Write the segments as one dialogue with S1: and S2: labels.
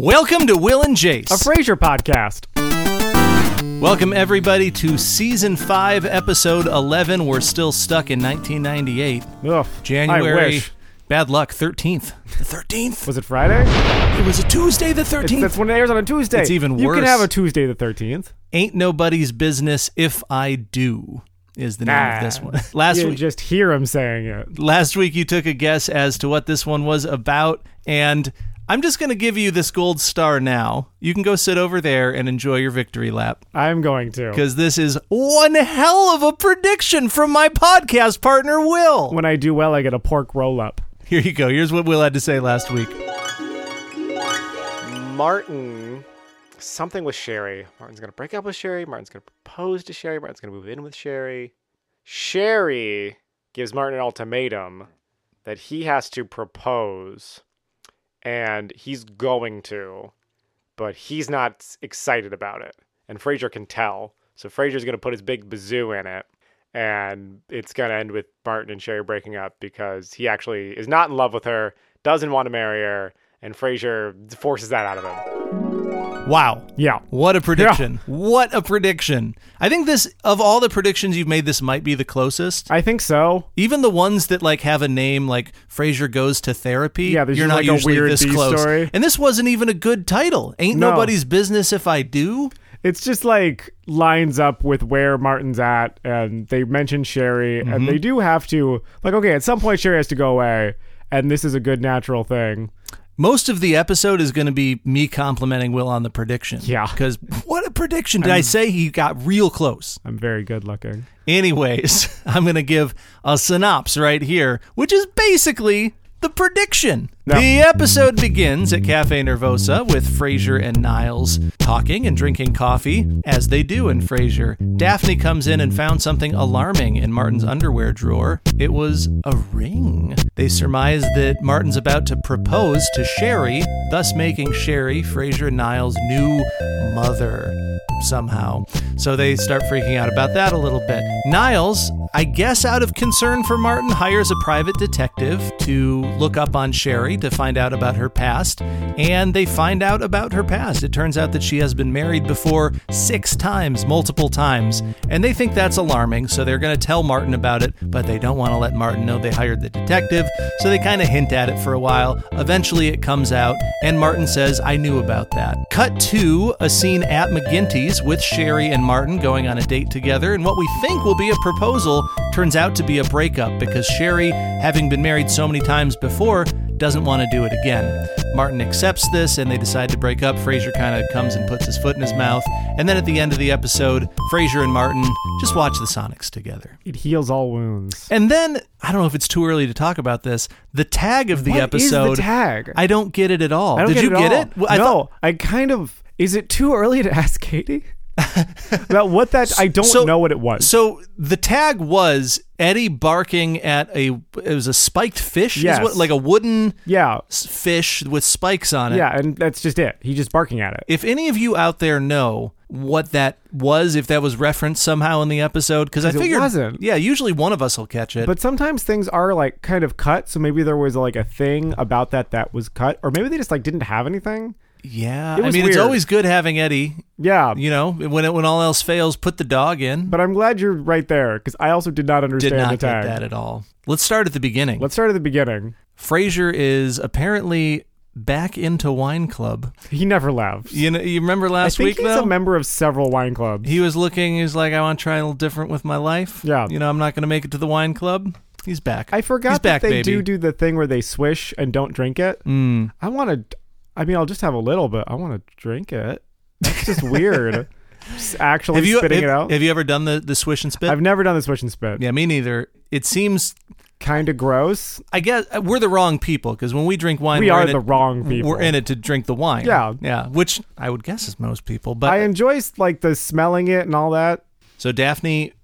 S1: Welcome to Will and Jace.
S2: a Frasier podcast.
S1: Welcome, everybody, to season five, episode 11. We're still stuck in 1998.
S2: Ugh,
S1: January.
S2: I wish.
S1: Bad luck, 13th. The 13th?
S2: Was it Friday?
S1: It was a Tuesday, the
S2: It's-
S1: 13th.
S2: That's when it airs on a Tuesday.
S1: It's even
S2: You can
S1: worse.
S2: have a Tuesday the 13th.
S1: Ain't nobody's business if I do, is the name
S2: Nah.
S1: of this one. Last
S2: You
S1: week.
S2: just hear him saying it.
S1: Last week, you took a guess as to what this one was about, and I'm just going to give you this gold star now. You can go sit over there and enjoy your victory lap
S2: I'm going to.
S1: because this is one hell of a prediction from my podcast partner, Will.
S2: When I do well, I get a pork roll up.
S1: Here you go. Here's what Will had to say last week.
S3: Martin, something with Sherry. Martin's gonna break up with Sherry. Martin's gonna propose to Sherry. Martin's gonna move in with Sherry. Sherry gives Martin an ultimatum that he has to propose, and he's going to, but he's not s- excited about it. And Fraser can tell, so Fraser's gonna put his big bazoo in it, and it's gonna end with Martin and Sherry breaking up because he actually is not in love with her, doesn't want to marry her, and Fraser forces that out of him.
S1: Wow.
S2: Yeah.
S1: What a prediction. What a prediction. I think this, of all the predictions you've made, this might be the closest.
S2: I think so.
S1: Even the ones that like have a name like Frasier goes to therapy,
S2: Yeah, there's
S1: you're
S2: just,
S1: not
S2: like, a
S1: usually
S2: weird
S1: this
S2: B
S1: close.
S2: story.
S1: And this wasn't even a good title. Ain't
S2: No.
S1: nobody's business if I do.
S2: It's just like lines up with where Martin's at, and they mention Sherry, and
S3: Mm-hmm.
S2: they do have to, like, okay, at some point, Sherry has to go away, and this is a good natural thing.
S1: Most of the episode is going to be me complimenting Will on the prediction.
S2: Yeah.
S1: because what a prediction! Did I say he got real close?
S2: I'm very good looking.
S1: Anyways, I'm going to give a synopsis right here, which is basically the prediction. The episode begins at Cafe Nervosa with Frasier and Niles talking and drinking coffee, as they do in Frasier. Daphne comes in and found something alarming in Martin's underwear drawer. It was a ring. They surmise that Martin's about to propose to Sherry, thus making Sherry Frasier and Niles' new mother somehow. So they start freaking out about that a little bit. Niles, I guess out of concern for Martin, hires a private detective to look up on Sherry to find out about her past, and they find out about her past. It turns out that she has been married before six times, multiple times, and they think that's alarming, so they're going to tell Martin about it, but they don't want to let Martin know they hired the detective, so they kind of hint at it for a while. Eventually, it comes out, and Martin says, I knew about that. Cut to a scene at McGinty's with Sherry and Martin going on a date together, and what we think will be a proposal turns out to be a breakup because Sherry, having been married so many times before, doesn't want to do it again. Martin accepts this and they decide to break up. Fraser kind of comes and puts his foot in his mouth. And then at the end of the episode, Fraser and Martin just watch the Sonics together.
S2: It heals all wounds.
S1: And then, I don't know if it's too early to talk about this, the tag of the
S2: What is
S1: episode
S2: the tag?
S1: I don't get it at all.
S2: I don't
S1: Did you
S2: it
S1: get
S2: all.
S1: it? Well, I
S2: no,
S1: thought-
S2: I kind of. Is it too early to ask Katie about what that? I don't
S1: So-
S2: know what it was.
S1: So the tag was Eddie barking at a it was a spiked fish, is
S2: Yes.
S1: what- like a wooden
S2: yeah,
S1: s- fish with spikes on it.
S2: yeah, and that's just it. He's just barking at it.
S1: If any of you out there know what that was, if that was referenced somehow in the episode, because I
S2: 'Cause it
S1: figured,
S2: wasn't.
S1: yeah, usually one of us will catch it.
S2: But sometimes things are like kind of cut, so maybe there was like a thing about that that was cut, or maybe they just like didn't have anything.
S1: yeah,
S2: It
S1: I
S2: was
S1: mean, it's
S2: weird.
S1: always good having Eddie.
S2: Yeah,
S1: You know, when it, when all else fails, put the dog in.
S2: but I'm glad you're right there because I also did not understand
S1: Did not
S2: the
S1: get
S2: tag.
S1: that at all. Let's start at the beginning.
S2: Let's start at the beginning.
S1: Frasier is apparently back into wine club.
S2: He never left.
S1: You know, you remember
S2: I
S1: last
S2: think
S1: week
S2: he's
S1: though.
S2: a member of several wine clubs.
S1: he was looking. He was like, "I want to try a little different with my life."
S2: Yeah.
S1: you know, I'm not going to make it to the wine club. He's back.
S2: I forgot
S1: He's back,
S2: that
S1: baby.
S2: they do do the thing where they swish and don't drink it.
S1: Mm.
S2: I want to. I mean, I'll just have a little, but I want to drink it. That's just weird. Just actually
S1: Have you e-,
S2: spitting
S1: have,
S2: it out.
S1: have you ever done the the swish and spit?
S2: I've never done the swish and spit.
S1: yeah, me neither. It seems
S2: Kind of gross.
S1: I guess uh, we're the wrong people because when we drink wine,
S2: we
S1: we're
S2: are
S1: in
S2: the
S1: it,
S2: wrong people.
S1: We're in it to drink the wine.
S2: Yeah.
S1: yeah, which I would guess is most people. But
S2: I enjoy like the smelling it and all that.
S1: so Daphne,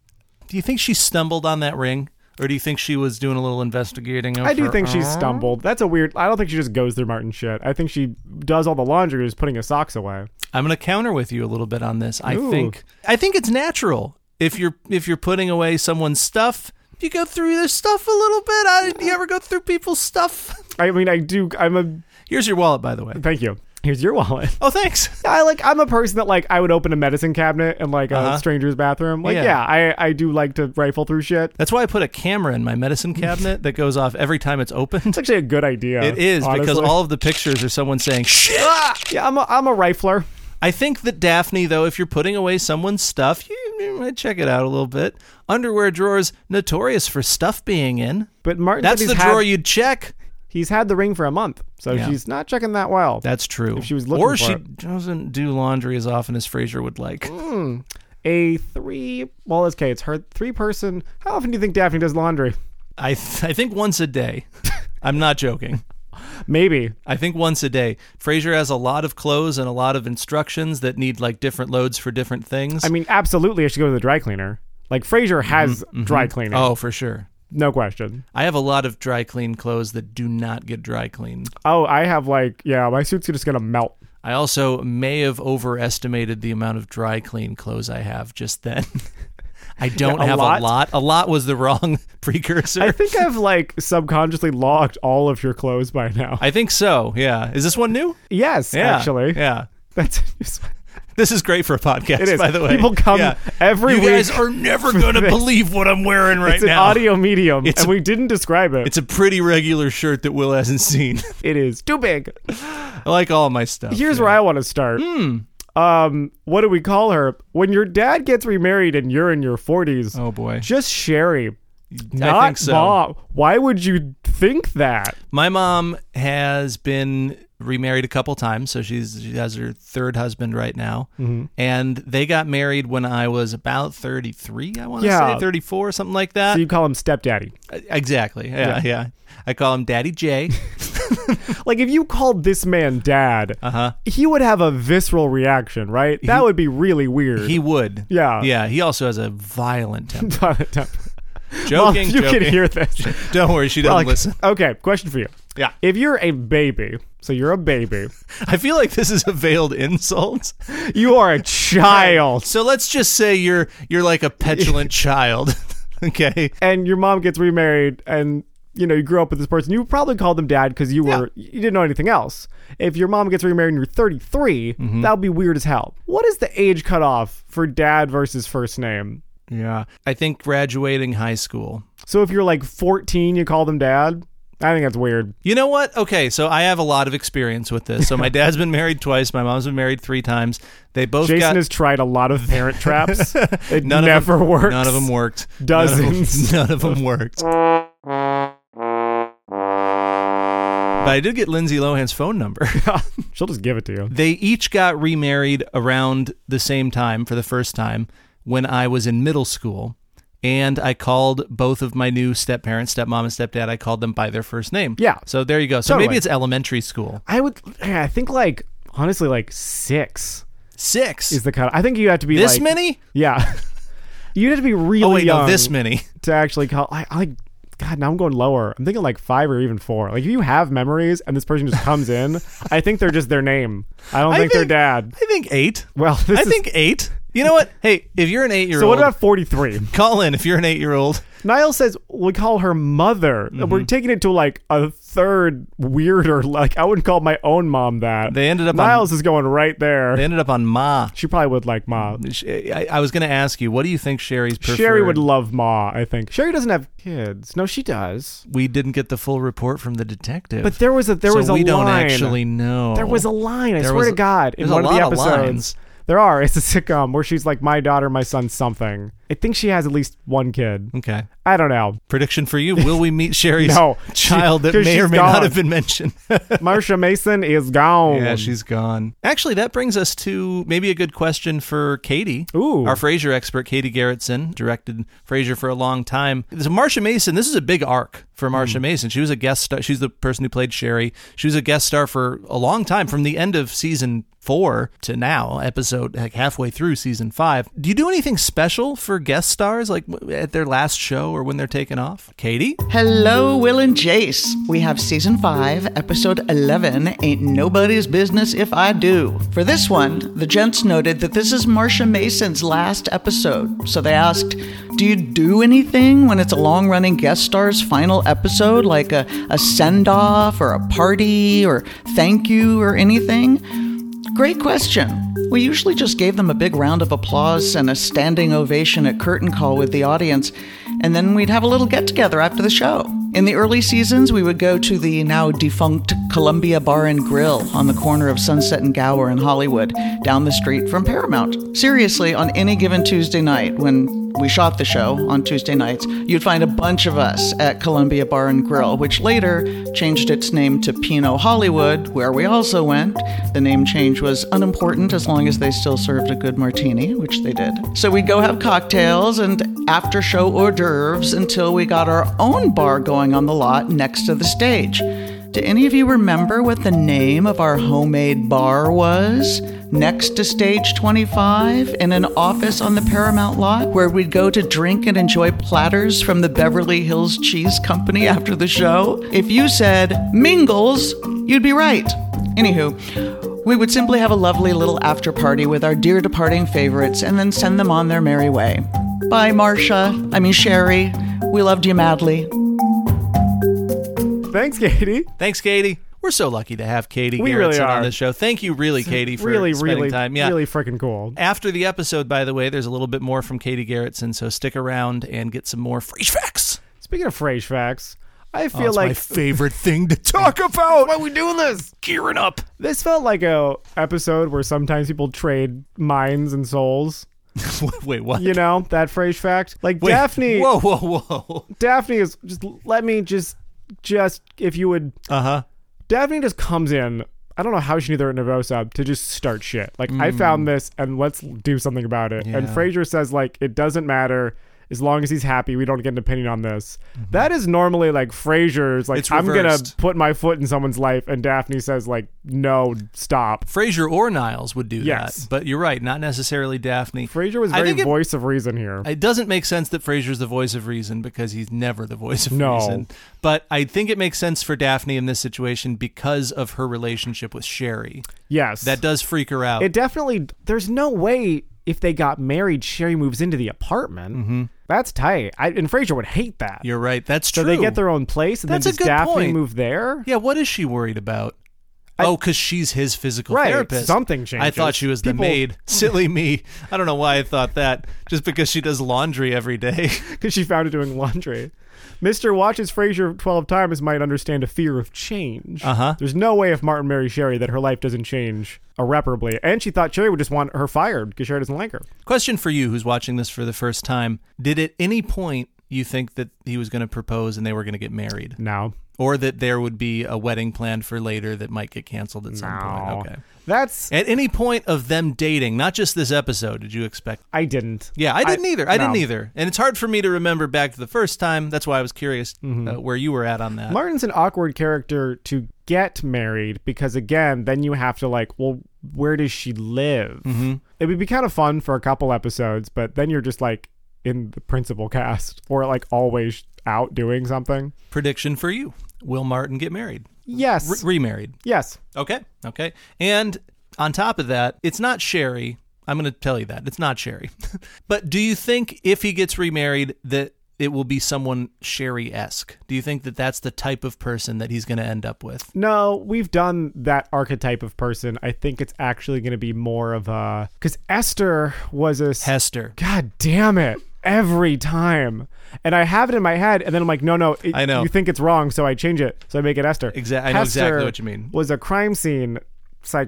S1: do you think she stumbled on that ring, or do you think she was doing a little investigating? Of
S2: I do
S1: her
S2: think she
S1: own?
S2: stumbled. That's a weird. I don't think she just goes through Martin shit. I think she does all the laundry, just putting her socks away.
S1: I'm going to counter with you a little bit on this. I
S2: Ooh.
S1: think I think it's natural if you're if you're putting away someone's stuff. You go through their stuff a little bit. I, do you ever go through people's stuff?
S2: I mean, I do. I'm a.
S1: Here's your wallet, by the way.
S2: Thank you. Here's your wallet.
S1: Oh, thanks.
S2: I like. I'm a person that like I would open a medicine cabinet in like a
S1: Uh-huh.
S2: stranger's bathroom. Like,
S1: Yeah.
S2: yeah, I I do like to rifle through shit.
S1: That's why I put a camera in my medicine cabinet that goes off every time it's opened.
S2: It's actually a good idea.
S1: It is because
S2: honestly.
S1: all of the pictures are someone saying shit.
S2: Yeah, I'm a, I'm a rifler.
S1: I think that Daphne, though, if you're putting away someone's stuff, you, you might check it out a little bit. Underwear drawers notorious for stuff being in.
S2: But Martin,
S1: That's
S2: said
S1: the
S2: he's
S1: drawer
S2: Had,
S1: you'd check.
S2: he's had the ring for a month, so
S1: Yeah.
S2: she's not checking that well.
S1: That's true.
S2: If she was looking
S1: or
S2: for
S1: she
S2: it.
S1: doesn't do laundry as often as Fraser would like.
S2: a three. Well, it's okay. It's her three person. How often do you think Daphne does laundry?
S1: I th- I think once a day. I'm not joking.
S2: Maybe.
S1: I think once a day. Fraser has a lot of clothes and a lot of instructions that need like different loads for different things.
S2: I mean, absolutely. I should go to the dry cleaner. Like Frasier has dry cleaning.
S1: oh, for sure.
S2: No question.
S1: I have a lot of dry clean clothes that do not get dry cleaned.
S2: Oh, I have like yeah, my suit's just gonna melt.
S1: I also may have overestimated the amount of dry clean clothes I have just then. I don't
S2: Yeah, a
S1: have
S2: lot?
S1: a lot. A lot was the wrong precursor.
S2: I think I've like subconsciously logged all of your clothes by now.
S1: I think so. Yeah. Is this one new?
S2: yes,
S1: Yeah.
S2: actually.
S1: Yeah.
S2: That's
S1: This is great for a podcast,
S2: it is.
S1: by the way.
S2: people come
S1: Yeah.
S2: every
S1: you
S2: week.
S1: guys are never going to
S2: this.
S1: believe what I'm wearing right
S2: it's an
S1: now.
S2: audio medium,
S1: It's
S2: and
S1: a-
S2: we didn't describe it.
S1: It's a pretty regular shirt that Will hasn't seen.
S2: It is too big.
S1: I like all my stuff.
S2: Here's where I want to start.
S1: Hmm.
S2: Um, what do we call her when your dad gets remarried and you're in your 40s?
S1: oh boy,
S2: Just Sherry,
S1: I
S2: not
S1: think so.
S2: mom. Why would you think that?
S1: My mom has been remarried a couple times, so she's she has her third husband right now,
S2: Mm-hmm.
S1: and they got married when I was about thirty three. I want to
S2: Yeah.
S1: say thirty four, something like that. Uh,
S2: So you call him stepdaddy.
S1: exactly. Yeah, yeah, I call him Daddy J.
S2: Like if you called this man dad,
S1: Uh huh.
S2: he would have a visceral reaction, right? That would be really weird.
S1: He would.
S2: Yeah.
S1: Yeah. He also has a violent temper.
S2: Mom,
S1: joking.
S2: Oh, you
S1: joking.
S2: can hear this.
S1: Don't worry, she doesn't
S2: Like,
S1: listen.
S2: Okay, question for you.
S1: Yeah.
S2: If you're a baby, so you're a baby,
S1: I feel like this is a veiled insult.
S2: you are a child.
S1: So let's just say you're you're like a petulant child. Okay.
S2: and your mom gets remarried and you know you grew up with this person you probably called them dad because you were you didn't know anything else if your mom gets remarried and you're 33
S1: Mm-hmm.
S2: that would be weird as hell what is the age cutoff for dad versus first name
S1: Yeah. I think graduating high school.
S2: so if you're like 14 you call them dad i think that's weird
S1: You know what? Okay, so I have a lot of experience with this. So my dad's been married twice, my mom's been married three times. They both
S2: jason
S1: got
S2: has tried a lot of parent traps it
S1: None of
S2: never works
S1: none of them worked.
S2: Dozens.
S1: None of them, none of them worked. But I did get Lindsay Lohan's phone number.
S2: she'll just give it to you
S1: they each got remarried around the same time for the first time when I was in middle school. And I called both of my new step parents, stepmom and stepdad, I called them by their first name.
S2: Yeah.
S1: So there you go. So
S2: Totally.
S1: maybe it's elementary school.
S2: i would i think like honestly like six
S1: Six.
S2: is the cut i think you have to be
S1: this
S2: like,
S1: many?
S2: yeah you'd have to be really
S1: Oh, wait,
S2: young
S1: no, this many.
S2: to actually call. I, I like. God, now I'm going lower. I'm thinking like five or even four. Like if you have memories and this person just comes in, I think they're just their name. I don't
S1: I
S2: think,
S1: think-
S2: they're dad.
S1: I think eight.
S2: Well, this
S1: I
S2: is,
S1: think eight. You know what? Hey, if you're an eight year
S2: so.
S1: old,
S2: What about 43?
S1: call in if you're an eight year old.
S2: Niall says we call her mother.
S1: Mm-hmm.
S2: We're taking it to like a third weirder. Like I wouldn't call my own mom that.
S1: They ended up on-
S2: Niles is going right there.
S1: They ended up on Ma.
S2: she probably would like ma.
S1: Sh- I, I was going to ask you, what do you think Sherry's preferred?
S2: Sherry would love ma. I think Sherry doesn't have kids. No, she does.
S1: We didn't get the full report from the detective.
S2: But there was a there
S1: so
S2: was a
S1: we don't
S2: line.
S1: actually know.
S2: There was a line. I
S1: There
S2: swear
S1: was-
S2: to God, in
S1: there's a
S2: one of the
S1: lot of lines.
S2: episodes, there are. It's a sitcom where she's like, "My daughter, my son, something." I think she has at least one kid.
S1: okay
S2: I don't know.
S1: prediction for you. Will we meet Sherry's
S2: No,
S1: child
S2: she-
S1: that
S2: 'cause
S1: may or
S2: she's
S1: may
S2: gone.
S1: not have been mentioned?
S2: Marsha Mason is gone.
S1: yeah, she's gone. Actually, that brings us to maybe a good question for Katie.
S2: Ooh.
S1: Our Frasier expert, Katie Garrettson, directed Frasier for a long time. So Marsha Mason, this is a big arc for Marsha Mason. She was a guest star. She's the person who played Sherry. She was a guest star for a long time, from the end of season four to now, episode like halfway through season five. Do you do anything special for guest stars, like w- at their last show or when they're taken off? Katie?
S4: Hello, Will and Jace. We have season 5, episode 11 Ain't Nobody's Business If I Do. For this one, the gents noted that this is Marcia Mason's last episode. So they asked, Do you do anything when it's a long running guest star's final episode, like a, a send off or a party or thank you or anything? Great question. We usually just gave them a big round of applause and a standing ovation at curtain call with the audience, and then we'd have a little get together after the show. In the early seasons, we would go to the now defunct Columbia Bar and Grill on the corner of Sunset and Gower in Hollywood, down the street from Paramount. Seriously, on any given Tuesday night, when we shot the show on Tuesday nights, you'd find a bunch of us at Columbia Bar and Grill, which later changed its name to Pino Hollywood, where we also went. The name change was unimportant as long as they still served a good martini, which they did. So we'd go have cocktails and after show hors d'oeuvres until we got our own bar going on the lot next to the stage. Do any of you remember what the name of our homemade bar was? Next to stage 25 in an office on the Paramount lot where we'd go to drink and enjoy platters from the Beverly Hills Cheese Company after the show? If you said Mingles, you'd be right. Anywho, we would simply have a lovely little after party with our dear departing favorites and then send them on their merry way. Bye, Marcia. I mean, Sherry. We loved you madly.
S2: Thanks, Katie.
S1: Thanks, Katie. We're so lucky to have Katie
S2: We really
S1: Garrettson on
S2: are.
S1: the show. Thank you, really, Katie, for
S2: really,
S1: spending
S2: really,
S1: time. Yeah.
S2: really freaking cool.
S1: After the episode, by the way, there's a little bit more from Katie Garrettson, so stick around and get some more fresh facts.
S2: Speaking of phrase facts, I
S1: Oh,
S2: feel
S1: it's my
S2: like Oh,
S1: favorite thing to talk about. Why are we doing this? Gearing up.
S2: this felt like a episode where sometimes people trade minds and souls.
S1: Wait, what?
S2: You know that phrase fact. Like
S1: Wait,
S2: Daphne,
S1: Whoa, whoa, whoa.
S2: Daphne is just let me just just if you would
S1: Uh huh.
S2: Daphne just comes in. I don't know how she knew they were nervous up to just start shit. Like I found this and let's do something about it. And
S1: Hmm. Yeah.
S2: Fraser says like it doesn't matter as long as he's happy. We don't get an opinion on this. That is normally like Fraser's like
S1: Mm-hmm. It's
S2: I'm gonna
S1: reversed.
S2: put my foot in someone's life, and Daphne says like no stop.
S1: Fraser or Niles would do
S2: Yes.
S1: that, but you're right, not necessarily Daphne.
S2: Fraser was
S1: I
S2: very
S1: think it-
S2: voice of reason here.
S1: It doesn't make sense that Fraser's the voice of reason because he's never the voice of
S2: No.
S1: reason. But I think it makes sense for Daphne in this situation because of her relationship with Sherry.
S2: yes,
S1: That does freak her out.
S2: it definitely. There's no way if they got married, Sherry moves into the apartment. That's tight. I, and Fraser would hate that.
S1: Mm-hmm. You're right. That's
S2: so
S1: true.
S2: they get their own place, and
S1: That's a
S2: then does
S1: good
S2: Daphne
S1: point.
S2: move there?
S1: Yeah, what is she worried about? oh, because she's his physical
S2: Right,
S1: therapist.
S2: something
S1: I
S2: changes.
S1: thought she was the
S2: People-
S1: maid. Silly me. I don't know why I thought that. Just because she does laundry every day.
S2: because she found it doing laundry. Mister watches Frasier twelve times might understand a fear of change. Uh
S1: Uh-huh.
S2: There's no way if Martin marries Sherry that her life doesn't change irreparably, and she thought Sherry would just want her fired because Sherry doesn't like her.
S1: Question for you who's watching this for the first time. Did at any point you think that he was going to propose and they were going to get married?
S2: No,
S1: Or that there would be a wedding planned for later that might get canceled at some
S2: no,
S1: point? Okay.
S2: that's
S1: At any point of them dating, not just this episode, did you expect?
S2: I didn't.
S1: Yeah, I didn't either. I
S2: no.
S1: didn't either. And it's hard for me to remember back to the first time. That's why I was curious uh, where you were at on that.
S2: Martin's an awkward character to get married because again, then you have to like, well, where does she live?
S1: Mm-hmm.
S2: It would be kind of fun for a couple episodes, but then you're just like in the principal cast or like always out doing something.
S1: Prediction for you Will Martin get married?
S2: Yes.
S1: Re- remarried.
S2: yes.
S1: Okay. Okay. And on top of that, it's not Sherry. I'm going to tell you that. It's not Sherry. but do you think if he gets remarried that it will be someone Sherry esque? Do you think that that's the type of person that he's going to end up with?
S2: No, we've done that archetype of person. I think it's actually going to be more of a because Esther was a
S1: Hester.
S2: God damn it. Every time. And I have it in my head, and then I'm like, no, no, it-
S1: I know.
S2: you think it's wrong, so I change it. So I make it Esther.
S1: Exa- I know
S2: Hester
S1: exactly what you mean. Mm-hmm.
S2: Was a crime scene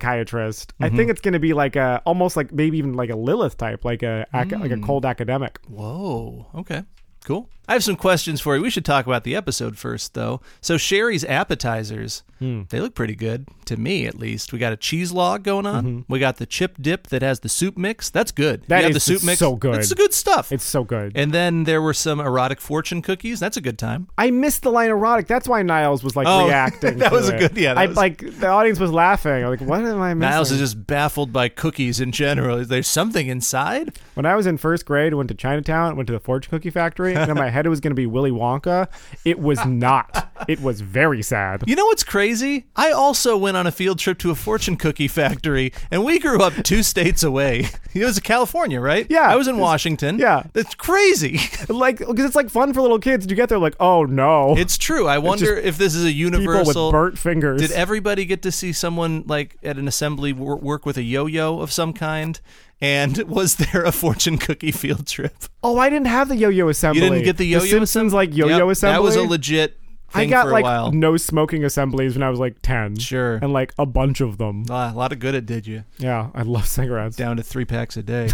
S2: psychiatrist. I think it's going to be like a, almost like
S1: Mm.
S2: maybe even like a Lilith type, like a, ac- like a cold academic.
S1: Whoa. Okay. Cool. I I have some questions for you. We should talk about the episode first, though. So Sherry's appetizers,
S2: Hmm.
S1: they look pretty good to me, at least. We got a cheese log going on. We got the chip dip that has the soup mix. That's good.
S2: Mm-hmm. That
S1: you have
S2: is
S1: the soup mix.
S2: so good.
S1: It's good stuff.
S2: It's so good.
S1: and then there were some erotic fortune cookies. That's a good time.
S2: I missed the line erotic. That's why Niles was like
S1: Oh,
S2: reacting.
S1: that
S2: to
S1: was a
S2: it.
S1: good- yeah, that
S2: I
S1: was-
S2: like the audience was laughing. I'm like, what am I missing?
S1: Niles is just baffled by cookies in general. Is there something inside?
S2: When I was in first grade, went to Chinatown, went to the fortune cookie factory, and in my head it was going to be Willy Wonka. It was not. It was very sad.
S1: You know what's crazy? I also went on a field trip to a fortune cookie factory, and we grew up two states away. It was California, right?
S2: Yeah.
S1: I was in Washington.
S2: yeah.
S1: That's crazy.
S2: Like, because it's like fun for little kids. You get there, like, oh no,
S1: It's true. I wonder if this is a
S2: people with
S1: universal.
S2: burnt fingers.
S1: Did everybody get to see someone like at an assembly wor- work with a yo-yo of some kind? And was there a fortune cookie field trip?
S2: oh, I didn't have the yo-yo assembly.
S1: You didn't get the yo-yo
S2: Simpsons like yo-yo
S1: Yep,
S2: assembly.
S1: That was a legit
S2: I
S1: thing
S2: got
S1: for a
S2: like
S1: while.
S2: no smoking assemblies when I was like ten.
S1: Sure.
S2: and like a bunch of them.
S1: Ah, a lot of good it did you.
S2: Yeah, I love cigarettes.
S1: down to three packs a day.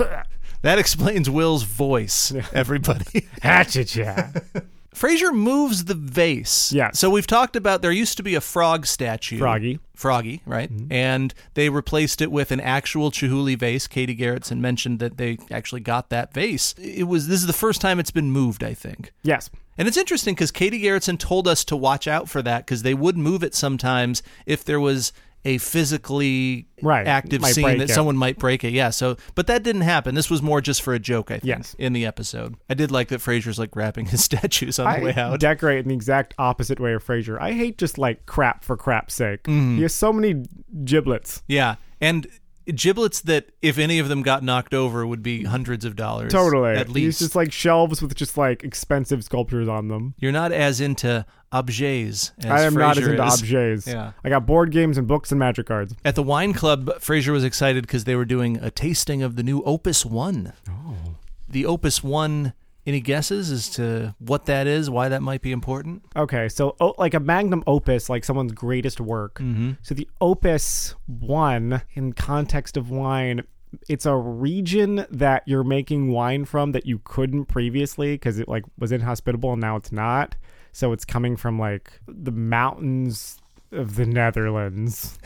S1: that explains Will's voice, everybody.
S2: Hatchet, yeah.
S1: Frasier moves the vase.
S2: Yeah.
S1: So we've talked about there used to be a frog statue.
S2: Froggy. Mm-hmm.
S1: Froggy, right? And they replaced it with an actual Chihuly vase. Katie Garrettson mentioned that they actually got that vase. It was this is the first time it's been moved, I think.
S2: yes.
S1: And it's interesting because Katie Garrettson told us to watch out for that because they would move it sometimes if there was a physically
S2: Right.
S1: active
S2: Might
S1: scene
S2: break
S1: that
S2: it.
S1: someone might break it. Yeah. So, but that didn't happen. This was more just for a joke, I think,
S2: Yes.
S1: in the episode. I did like that Frasier's like wrapping his statues on the way
S2: I
S1: out.
S2: decorate in the exact opposite way of Frasier. I hate just like crap for crap's sake.
S1: Mm-hmm.
S2: He has so many giblets.
S1: yeah. And giblets that, if any of them got knocked over, would be hundreds of dollars.
S2: Totally.
S1: At
S2: He's
S1: least.
S2: just like shelves with just like expensive sculptures on them.
S1: You're not as into objets as
S2: I am not as
S1: Frasier
S2: into
S1: is.
S2: objets.
S1: Yeah.
S2: I got board games and books and magic cards.
S1: At the wine club, Frasier was excited because they were doing a tasting of the new Opus One. Oh. The Opus One. Any guesses as to what that is? Why that might be important?
S2: Okay, so oh, like a magnum opus, like someone's greatest work. So the opus one, in context of wine, it's a region that you're making wine from that you couldn't previously because it like was inhospitable and now it's not. So it's coming from like the mountains of the Netherlands.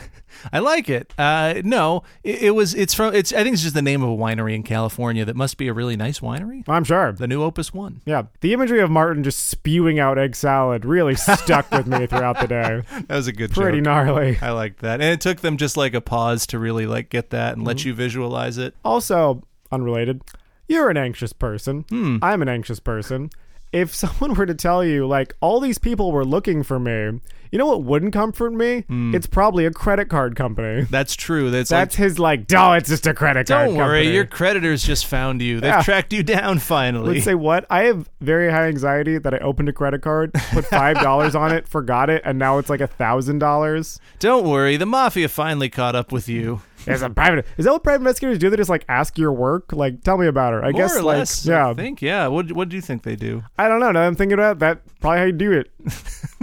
S1: I like it. Uh, no, it, it was. It's from. It's. I think it's just the name of a winery in California that must be a really nice winery.
S2: I'm sure.
S1: The new Opus One.
S2: Yeah, the imagery of Martin just spewing out egg salad really stuck with me throughout the day.
S1: That was a good.
S2: Pretty gnarly.
S1: I liked that, and it took them just like a pause to really like get that and
S2: Mm-hmm.
S1: let you visualize it.
S2: Also, unrelated, you're an anxious person.
S1: Hmm.
S2: I'm an anxious person. If someone were to tell you, like, all these people were looking for me, you know what wouldn't comfort me?
S1: Hmm.
S2: It's probably a credit card company.
S1: That's true. That's
S2: That's
S1: like.
S2: his, like, no, it's just a credit card
S1: Don't worry,
S2: company."
S1: your creditors just found you. They've
S2: Yeah.
S1: tracked you down finally.
S2: Let's say what? I have very high anxiety that I opened a credit card, put $5 on it, forgot it, and now it's like a $1,000.
S1: Don't worry, the mafia finally caught up with you.
S2: Is a private. Is that what private investigators do? They just like ask your work. Like, tell me about her. I
S1: More
S2: guess
S1: or
S2: like
S1: less,
S2: yeah.
S1: I think, yeah. What, what do you think they do?
S2: I don't know. Now I'm thinking about it, that. Probably how you do it.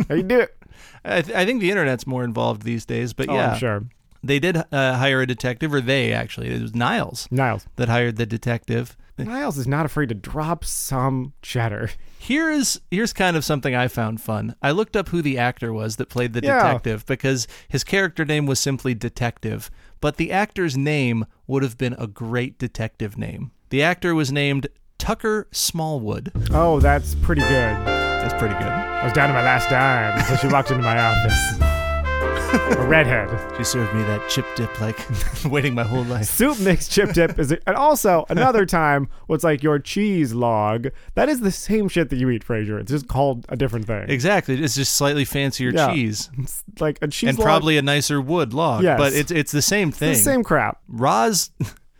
S2: how you do it.
S1: I, th- I think the internet's more involved these days, but
S2: Oh,
S1: yeah,
S2: I'm sure.
S1: they did uh, hire a detective, or they actually. It was Niles
S2: Niles.
S1: that hired the detective.
S2: Niles is not afraid to drop some cheddar.
S1: Here is here's kind of something I found fun. I looked up who the actor was that played the
S2: Yeah.
S1: detective because his character name was simply detective, but the actor's name would have been a great detective name. The actor was named Tucker Smallwood.
S2: Oh, that's pretty good. I
S1: That's pretty good.
S2: was down to my last dime until she walked into my office. A redhead.
S1: She served me that chip dip like waiting my whole life.
S2: Soup mix chip dip is, and also another time what's like your cheese log. That is the same shit that you eat, Fraser. It's just called a different thing.
S1: Exactly. It's just slightly fancier
S2: Yeah.
S1: cheese
S2: It's like a cheese
S1: and
S2: log.
S1: probably a nicer wood log.
S2: Yes.
S1: But it's it's the same thing.
S2: the same crap.
S1: Roz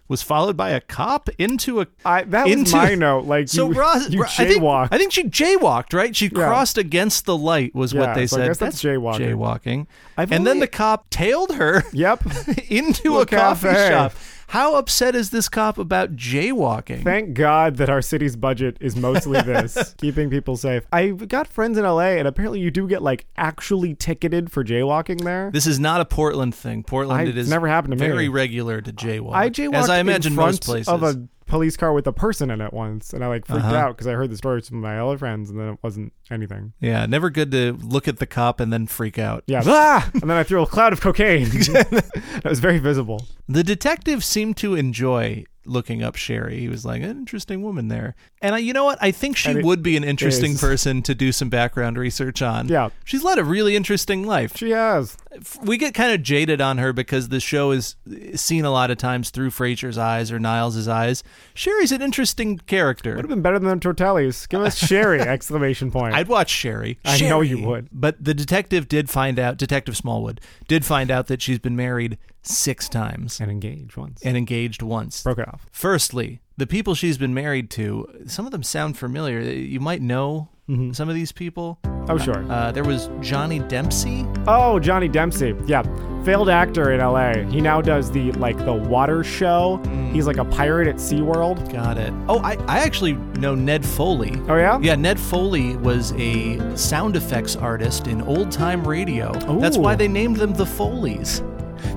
S1: was followed by a cop into a
S2: I that was
S1: into,
S2: my note. Like
S1: so
S2: you,
S1: Roz,
S2: you
S1: Ro- I, think,
S2: jaywalked.
S1: I think she jaywalked, right? She crossed against the light was what
S2: Yeah,
S1: they
S2: so I
S1: said.
S2: guess that's jaywalking.
S1: jaywalking.
S2: I've
S1: and then
S2: only-
S1: the cop tailed her
S2: yep.
S1: into
S2: To
S1: a,
S2: a
S1: coffee
S2: cafe.
S1: shop. How upset is this cop about jaywalking?
S2: Thank God that our city's budget is mostly this, keeping people safe. I've got friends in LA, and apparently you do get like actually ticketed for jaywalking there.
S1: This is not a Portland thing. Portland,
S2: I-
S1: it is
S2: never happened to me.
S1: very regular to jaywalk.
S2: I jaywalked
S1: as I imagine
S2: in front
S1: most places. Uh-huh.
S2: of a police car with a person in it once, and I like freaked out 'cause out because I heard the stories from my other friends, and then it wasn't anything.
S1: Yeah, never good to look at the cop and then freak out.
S2: Yeah.
S1: Ah!
S2: And then I threw a cloud of cocaine. that was very visible.
S1: The detective seemed to enjoy looking up Sherry. He was like, an interesting woman there. And I, you know what? I think she
S2: And it
S1: would be an interesting
S2: is.
S1: person to do some background research on.
S2: Yeah.
S1: She's led a really interesting life.
S2: She has.
S1: we get kind of jaded on her because the show is seen a lot of times through Fraser's eyes or Niles' eyes. Sherry's an interesting character.
S2: Would have been better than Tortelli's. Give us Sherry! exclamation point.
S1: I'd watch Sherry.
S2: I
S1: Sherry!
S2: know you would.
S1: But the detective did find out, Detective Smallwood did find out that she's been married six times
S2: and engage once.
S1: and engaged once.
S2: Broke it off.
S1: Firstly, the people she's been married to, some of them sound familiar. Uh, You might know
S2: Mm-hmm.
S1: some of these people.
S2: Oh sure.
S1: Uh, there was Johnny Dempsey.
S2: Oh, Johnny Dempsey. Yeah. Failed actor in LA. He now does the like the water show.
S1: Mm.
S2: He's like a pirate at SeaWorld.
S1: Got it. Oh, I, I actually know Ned Foley.
S2: Oh yeah?
S1: Yeah, Ned Foley was a sound effects artist in old time radio. That's
S2: Ooh.
S1: why they named them the Foleys.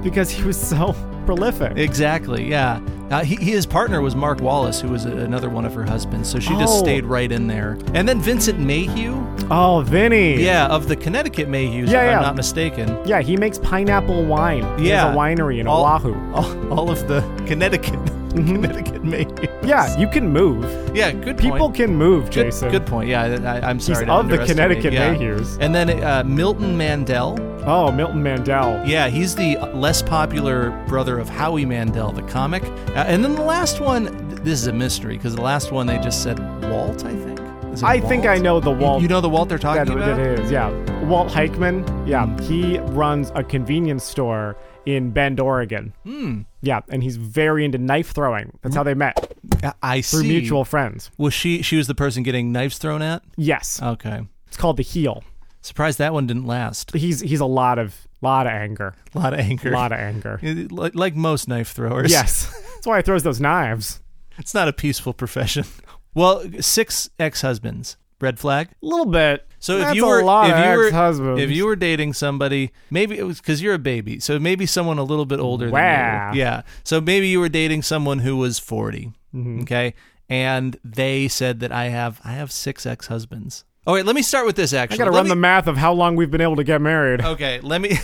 S2: Because he was so prolific.
S1: Exactly, yeah. Uh, he, his partner was Mark Wallace, who was a, another one of her husbands, so she just
S2: Oh.
S1: stayed right in there. And then Vincent Mayhew,
S2: oh, Vinny.
S1: yeah, of the Connecticut Mayhews,
S2: Yeah,
S1: if
S2: yeah.
S1: I'm not mistaken.
S2: Yeah, he makes pineapple wine. He has
S1: Yeah.
S2: a winery in
S1: All-
S2: Oahu.
S1: All, all of the Connecticut, Connecticut Mayhews.
S2: Yeah, you can move.
S1: Mm-hmm. yeah, good point.
S2: People can move,
S1: Good,
S2: Jason.
S1: good point. Yeah, I, I- I'm sorry. to
S2: of the
S1: underestimate,
S2: Connecticut
S1: yeah.
S2: Mayhews.
S1: And then uh, Milton Mandel.
S2: Oh, Milton Mandel.
S1: Yeah, he's the less popular brother of Howie Mandel, the comic. Uh, and then the last one, th- this is a mystery because the last one they just said Walt, I think. Is it
S2: I think
S1: Walt?
S2: I know the
S1: You-
S2: Walt.
S1: You, know the Walt they're talking
S2: that,
S1: about? Mm.
S2: that it is, yeah. Walt Heichman, yeah. He runs a convenience store in Bend, Oregon.
S1: Hmm.
S2: Yeah, and he's very into knife throwing.
S1: Mm.
S2: That's how they met
S1: I- I see.
S2: through mutual friends.
S1: Was she? She was the person getting knives thrown at.
S2: Yes,
S1: Okay.
S2: it's called the heel.
S1: Surprised that one didn't last.
S2: He's he's a lot of lot of anger,
S1: A lot of anger.
S2: lot of anger.
S1: Like, like most knife throwers.
S2: yes, that's why he throws those knives.
S1: It's not a peaceful profession. Well, six ex-husbands. Red flag.
S2: A little bit.
S1: So
S2: That's
S1: if you
S2: a
S1: were
S2: lot
S1: if
S2: of
S1: you were
S2: ex-husbands.
S1: if you were dating somebody, maybe it was because you're a baby, so maybe someone a little bit older.
S2: Wow.
S1: Than you. Yeah. So maybe you were dating someone who was 40
S2: Mm-hmm.
S1: Okay. And they said that I have I have six ex husbands. Oh wait, let me start with this. Actually,
S2: I gotta
S1: Let
S2: run
S1: me-
S2: the math of how long we've been able to get married.
S1: Okay, let me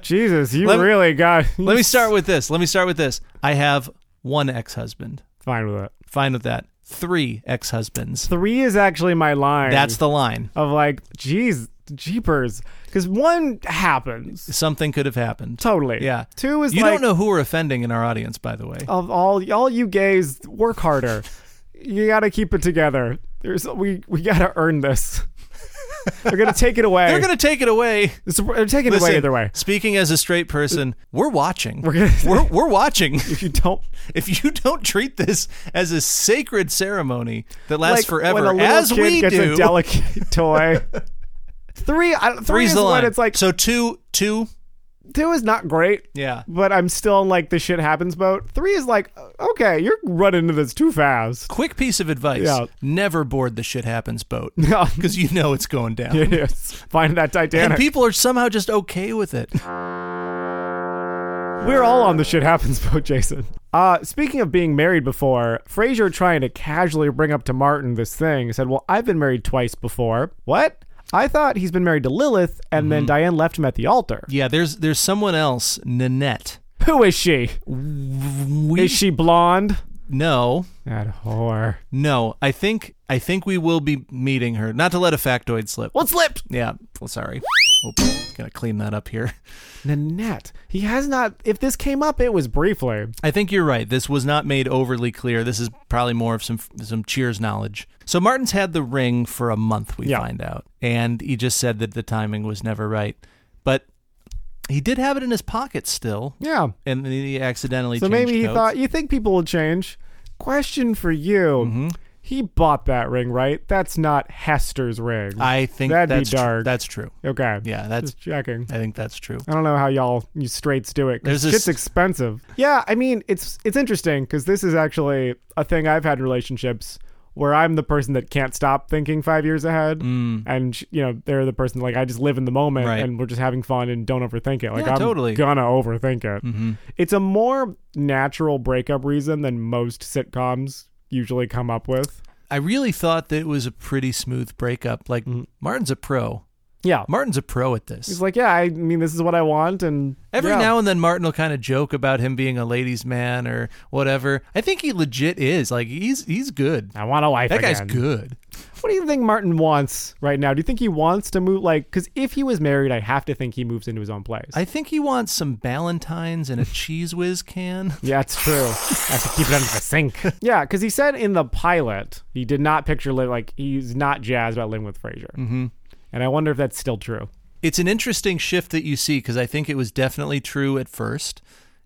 S2: Jesus, you
S1: Let me-
S2: really got.
S1: let me start with this. Let me start with this. I have one ex husband.
S2: Fine with it.
S1: Fine with that. Three ex husbands.
S2: Three is actually my line.
S1: That's the line.
S2: of like, geez, jeepers, because one happens
S1: Something could have happened.
S2: totally.
S1: Yeah.
S2: Two is
S1: You
S2: like
S1: don't know who we're offending in our audience, by the way.
S2: of all all you gays work harder. you gotta keep it together. There's we we gotta earn this. They're gonna take it away.
S1: They're gonna take it away.
S2: It's- they're taking it away
S1: Listen,
S2: either way.
S1: Speaking as a straight person, we're watching. We're
S2: gonna-
S1: we're, we're watching.
S2: If you don't
S1: If you don't treat this as a sacred ceremony that lasts
S2: like
S1: forever,
S2: when a little
S1: as
S2: kid
S1: we
S2: gets
S1: do,
S2: a delicate toy. Three, I, don't- three
S1: three's
S2: is
S1: the
S2: when
S1: line.
S2: it's like
S1: so two, two,
S2: two is not great,
S1: yeah.
S2: but I'm still in like the shit happens boat. Three is like okay, you're running into this too fast.
S1: Quick piece of advice:
S2: Yeah.
S1: never board the shit happens boat
S2: Yeah.
S1: because you know it's going down.
S2: yes. Find that
S1: And
S2: Titanic.
S1: people are somehow just okay with it.
S2: We're all on the shit happens boat, Jason. Uh, speaking of being married before, Frazier trying to casually bring up to Martin this thing said, Well, I've been married twice before. What? I thought he's been married to Lilith, and then Diane left him at the altar.
S1: Yeah, there's there's someone else, Nanette.
S2: Who is she?
S1: We
S2: Is she blonde?
S1: no,
S2: That whore.
S1: no. I think I think we will be meeting her. Not to let a factoid slip.
S2: What's lip?
S1: Yeah, well, sorry. Oop, gotta clean that up here.
S2: Nanette. He has not. If this came up, it was briefly.
S1: I think you're right. This was not made overly clear. This is probably more of some some Cheers knowledge. So Martin's had the ring for a month. We
S2: Yeah.
S1: find out, and he just said that the timing was never right, but he did have it in his pocket still,
S2: Yeah.
S1: and then he accidentally.
S2: So
S1: changed
S2: maybe he
S1: notes.
S2: thought, you think people will change? Question for you.
S1: Mm-hmm.
S2: He bought that ring, right? That's not Hester's ring.
S1: I think
S2: That'd be
S1: that's tr-
S2: dark.
S1: that's true.
S2: okay.
S1: Yeah, that's.
S2: Just checking.
S1: I think that's true.
S2: I don't know how y'all you straights do it.
S1: There's
S2: 'cause
S1: this-
S2: shit's expensive. Yeah, I mean it's it's interesting because this is actually a thing I've had in relationships where I'm the person that can't stop thinking five years ahead, and sh- you know they're the person like I just live in the moment
S1: Mm. Right.
S2: and we're just having fun and don't overthink it. Like
S1: Yeah,
S2: I'm
S1: totally. Mm-hmm.
S2: gonna overthink it. It's a more natural breakup reason than most sitcoms usually come up with.
S1: I really thought that it was a pretty smooth breakup. Like
S2: Mm-hmm.
S1: Martin's a pro.
S2: Yeah,
S1: Martin's a pro at this.
S2: he's like, yeah, I mean, this is what I want, and
S1: Every
S2: yeah.
S1: now and then, Martin will kind of joke about him being a ladies' man or whatever. I think he legit is. Like he's he's good.
S2: I want a wife.
S1: That guy's
S2: again.
S1: good.
S2: What do you think Martin wants right now? Do you think he wants to move? Like, because if he was married, I have to think he moves into his own place.
S1: I think he wants some Ballantines and a cheese whiz can.
S2: yeah, it's true. I have to keep it under the sink. yeah, because he said in the pilot he did not picture li- like he's not jazzed about living with Frazier. Mm-hmm. And I wonder if that's still true.
S1: It's an interesting shift that you see because I think it was definitely true at first,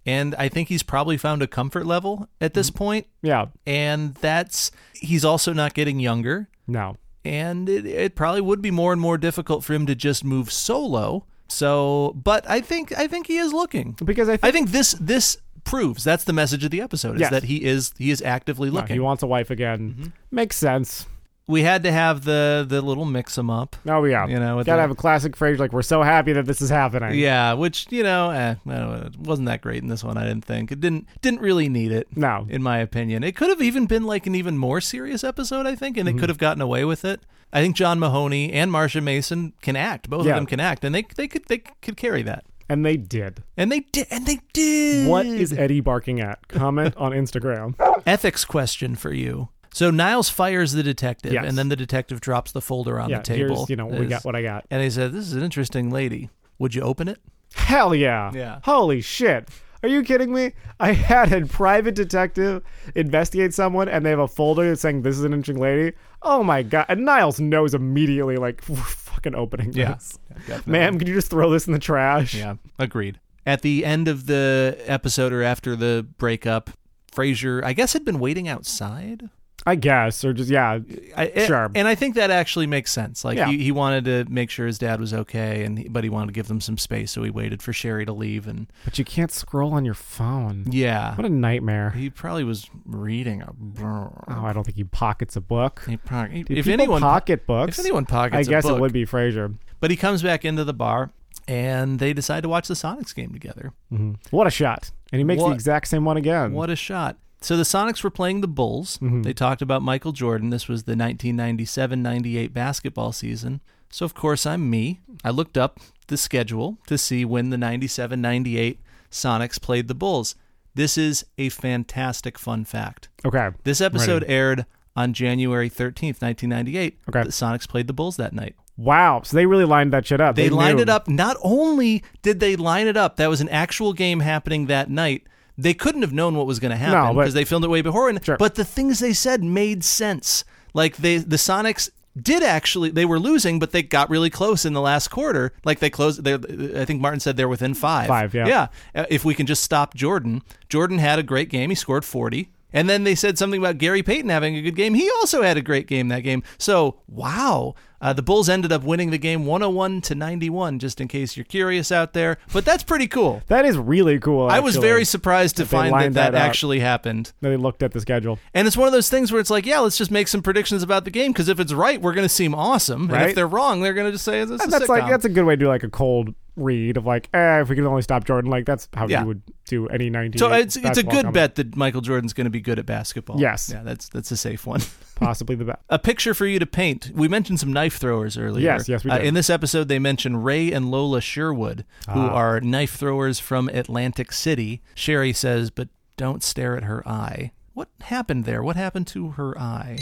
S1: and I think he's probably found a comfort level at this point.
S2: Yeah,
S1: And that's he's also not getting younger.
S2: no.
S1: and it, it probably would be more and more difficult for him to just move solo. So, but I think I think he is looking.
S2: Because I think,
S1: I think this this proves that's the message of the episode is
S2: Yes.
S1: that he is he is actively
S2: no,
S1: looking.
S2: he wants a wife again. Makes sense.
S1: we had to have the the little mix him up.
S2: Oh yeah,
S1: You know, with
S2: gotta
S1: the-
S2: have a classic phrase like "We're so happy that this is happening."
S1: Yeah, which you know, eh, I don't know, it wasn't that great in this one. I didn't think it didn't didn't really need it.
S2: No.
S1: in my opinion, it could have even been like an even more serious episode. I think,
S2: Mm-hmm.
S1: and it could have gotten away with it. I think John Mahoney and Marsha Mason can act. Both
S2: Yeah.
S1: of them can act, and they they could they could carry that.
S2: and they did.
S1: And they did. And they did.
S2: What is Eddie barking at? Comment on Instagram.
S1: ethics question for you? So Niles fires the detective,
S2: Yes.
S1: and then the detective drops the folder on
S2: yeah,
S1: the table.
S2: here's you know we
S1: Is-
S2: got what I got.
S1: And he said, "This is an interesting lady. Would you open it?"
S2: Hell yeah.
S1: Yeah.
S2: Holy shit. Are you kidding me? I had a private detective investigate someone and they have a folder that's saying this is an interesting lady. Oh my god. And Niles knows immediately like we're fucking opening this. Ma'am, could you just throw this in the trash?
S1: Yeah, agreed. At the end of the episode, or after the breakup, Frasier, I guess, had been waiting outside.
S2: I guess. Or just yeah.
S1: I, I-
S2: Sure.
S1: And I think that actually makes sense. Like
S2: Yeah.
S1: he, he wanted to make sure his dad was okay, and he, but he wanted to give them some space, so he waited for Sherry to leave. And
S2: But you can't scroll on your phone.
S1: yeah,
S2: What a nightmare.
S1: He probably was reading a.
S2: Oh, I don't think he pockets a book.
S1: He probably,
S2: Do
S1: if
S2: people
S1: anyone,
S2: pocket books,
S1: if anyone
S2: I
S1: pockets,
S2: guess
S1: a book.
S2: it would be Frasier.
S1: But he comes back into the bar, and they decide to watch the Sonics game together.
S2: What a shot. And he makes
S1: Hmm. What-
S2: the exact same one again.
S1: What a shot! So the Sonics were playing the Bulls.
S2: Mm-hmm.
S1: They talked about Michael Jordan. This was the 1997-98 basketball season. So of course I'm me. I looked up the schedule to see when the 97-98 Sonics played the Bulls. This is a fantastic fun fact.
S2: Okay.
S1: This episode aired on January 13th, 1998.
S2: Okay.
S1: The Sonics played the Bulls that night.
S2: Wow. So they really lined that shit up.
S1: They, lined
S2: knew.
S1: it up. Not only did they line it up, that was an actual game happening that night. They couldn't have known what was going to happen
S2: but-
S1: because they filmed it way before. And,
S2: Sure.
S1: But the things they said made sense. Like they, the Sonics did actually. They were losing, but they got really close in the last quarter. Like they closed. They, I think Martin said they're within five.
S2: Five, yeah.
S1: Yeah. Uh, If we can just stop Jordan. Jordan had a great game. He scored forty. And then they said something about Gary Payton having a good game. He also had a great game that game. So wow, uh, the Bulls ended up winning the game 101 to 91. Just in case you're curious out there, but that's pretty cool.
S2: That is really cool.
S1: I was
S2: actually,
S1: very surprised to
S2: they
S1: find that
S2: lined
S1: that,
S2: that up.
S1: actually happened.
S2: that they looked at the schedule.
S1: And it's one of those things where it's like, yeah, let's just make some predictions about the game because if it's right, we're going to seem awesome, and if
S2: Right.
S1: they're wrong, they're going to just say this is
S2: And that's
S1: a
S2: like
S1: sitcom."
S2: that's a good way to do like a cold read of like, eh, if we could only stop Jordan, like that's how
S1: Yeah.
S2: you would do any ninety.
S1: so it's it's a good bet that Michael Jordan's going to be good at basketball.
S2: Yes.
S1: yeah, that's that's a safe one.
S2: possibly the best.
S1: a picture for you to paint. We mentioned some knife throwers earlier.
S2: Yes, yes, we
S1: Uh,
S2: did.
S1: in this episode, they mention Ray and Lola Sherwood, who
S2: Ah.
S1: are knife throwers from Atlantic City. Sherry says, "But don't stare at her eye." What happened there? What happened to her eye?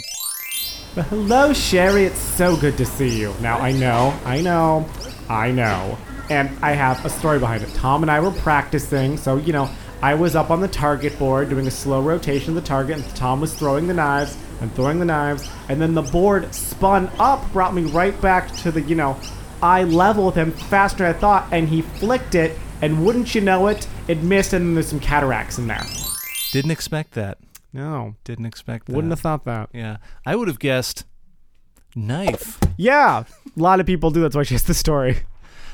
S2: Hello, Sherry. It's so good to see you. Now I know, I know, I know, and I have a story behind it. Tom and I were practicing, so you know, I was up on the target board doing a slow rotation of the target, and Tom was throwing the knives and throwing the knives, and then the board spun up, brought me right back to the you know eye level with him faster than I thought, and he flicked it, and wouldn't you know it, it missed, and then there's some cataracts in there.
S1: Didn't expect that.
S2: No,
S1: Didn't expect that.
S2: wouldn't have thought that.
S1: Yeah, I would have guessed knife.
S2: Yeah, a lot of people do. That's why she has the story.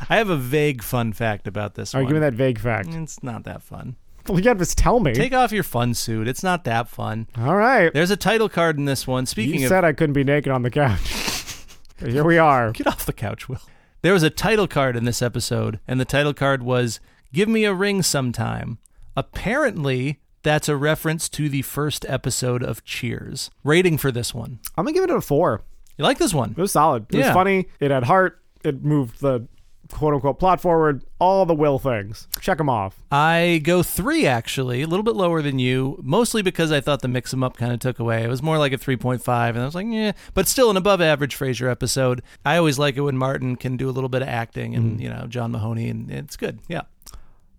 S1: I have a vague fun fact about this
S2: All right,
S1: one.
S2: give me Oh, that vague fact.
S1: It's not that fun.
S2: Well, you gotta just tell me.
S1: Take off your fun suit. It's not that fun.
S2: All right.
S1: There's a title card in this one. Speaking
S2: You
S1: of
S2: said I couldn't be naked on the couch. But Here we are.
S1: Get off the couch, Will. There was a title card in this episode, and the title card was Give Me a Ring Sometime. Apparently, that's a reference to the first episode of Cheers. Rating for this one.
S2: I'm gonna give it a four.
S1: You like this one?
S2: It was solid. It
S1: Yeah.
S2: was funny. It had heart. It moved the quote unquote plot forward. All the will things. Check them off.
S1: I go three, actually, a little bit lower than you, mostly because I thought the mix 'em up kind of took away. It was more like a 3.5, and I was like, yeah, but still an above average Frasier episode. I always like it when Martin can do a little bit of acting and,
S2: Mm.
S1: you know, John Mahoney, and it's good. Yeah.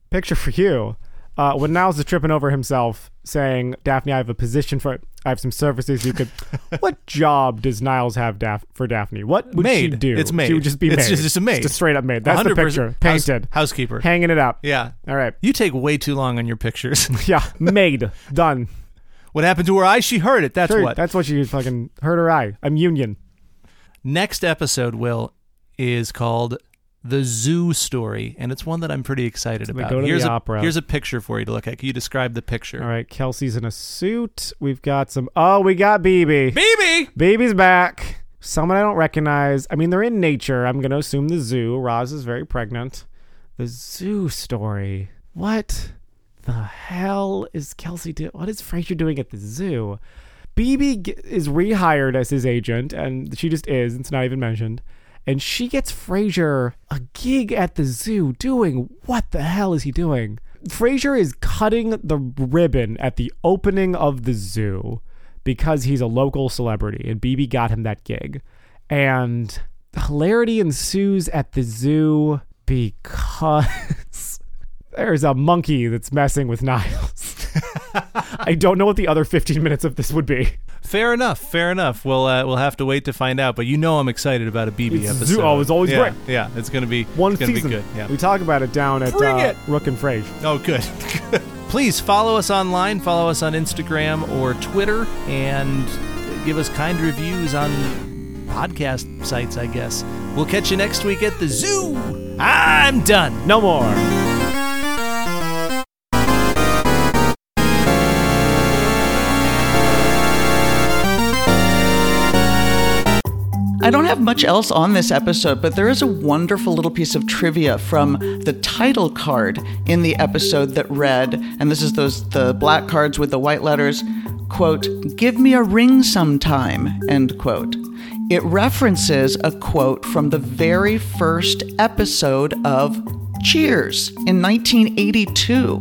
S2: Picture for you. Uh, when Niles is tripping over himself, saying, "Daphne, I have a position for. I have some services you could." what job does Niles have Daph- for Daphne? What would she
S1: Maid.
S2: do?
S1: It's maid.
S2: She would just be
S1: It's
S2: maid.
S1: just- it's a maid.
S2: Just straight up maid. That's the
S1: 100%
S2: picture. Painted.
S1: house- housekeeper.
S2: Hanging it up.
S1: Yeah.
S2: All right.
S1: You take way too long on your pictures.
S2: Yeah. Maid. Done.
S1: what happened to her eye? She heard it. That's
S2: Sure,
S1: what.
S2: That's what she fucking hurt her eye. I'm union.
S1: Next episode, Will, is called The Zoo Story, and it's one that I'm pretty excited
S2: they
S1: about.
S2: go to the
S1: here's, a,
S2: opera.
S1: here's a picture for you to look at. Can you describe the picture?
S2: All right, Kelsey's in a suit. We've got some. Oh, we got BB.
S1: Baby!
S2: BB's back. Someone I don't recognize. I mean, they're in nature. I'm going to assume the zoo. Roz is very pregnant. The zoo story. What the hell is Kelsey doing? What is Fraser doing at the zoo? BB g- is rehired as his agent, and she just is. It's not even mentioned. And she gets Frasier a gig at the zoo doing what the hell is he doing? Frasier is cutting the ribbon at the opening of the zoo because he's a local celebrity, and BB got him that gig. And hilarity ensues at the zoo because there's a monkey that's messing with Niles. I don't know what the other 15 minutes of this would be.
S1: Fair enough. Fair enough. We'll uh, we'll have to wait to find out, but you know I'm excited about a BB
S2: It's
S1: episode.
S2: zoo- oh, it's always
S1: yeah,
S2: great.
S1: Yeah, it's going to be
S2: One
S1: it's gonna
S2: season.
S1: Be good. Yeah.
S2: We talk about it down at
S1: Bring
S2: uh,
S1: it.
S2: Rook and Frage.
S1: Oh, good. Please follow us online. Follow us on Instagram or Twitter, and give us kind reviews on podcast sites. I guess we'll catch you next week at the zoo. I'm done.
S2: No more.
S4: I don't have much else on this episode, but there is a wonderful little piece of trivia from the title card in the episode that read, and this is those the black cards with the white letters, quote, "Give me a ring sometime," end quote. It references a quote from the very first episode of Cheers in 1982.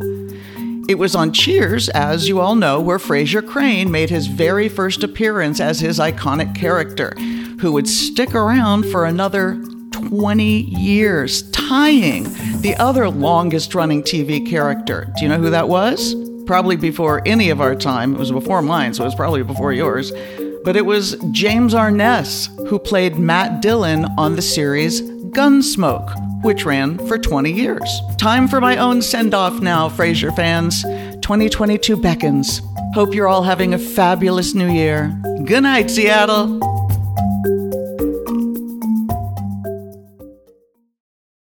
S4: It was on Cheers, as you all know, where Fraser Crane made his very first appearance as his iconic character, who would stick around for another 20 years, tying the other longest running TV character. Do you know who that was? Probably before any of our time. It was before mine, so it was probably before yours. But it was James Arness who played Matt Dillon on the series Gunsmoke, which ran for 20 years. Time for my own send off now, Frasier fans. 2022 beckons. Hope you're all having a fabulous new year. Good night, Seattle.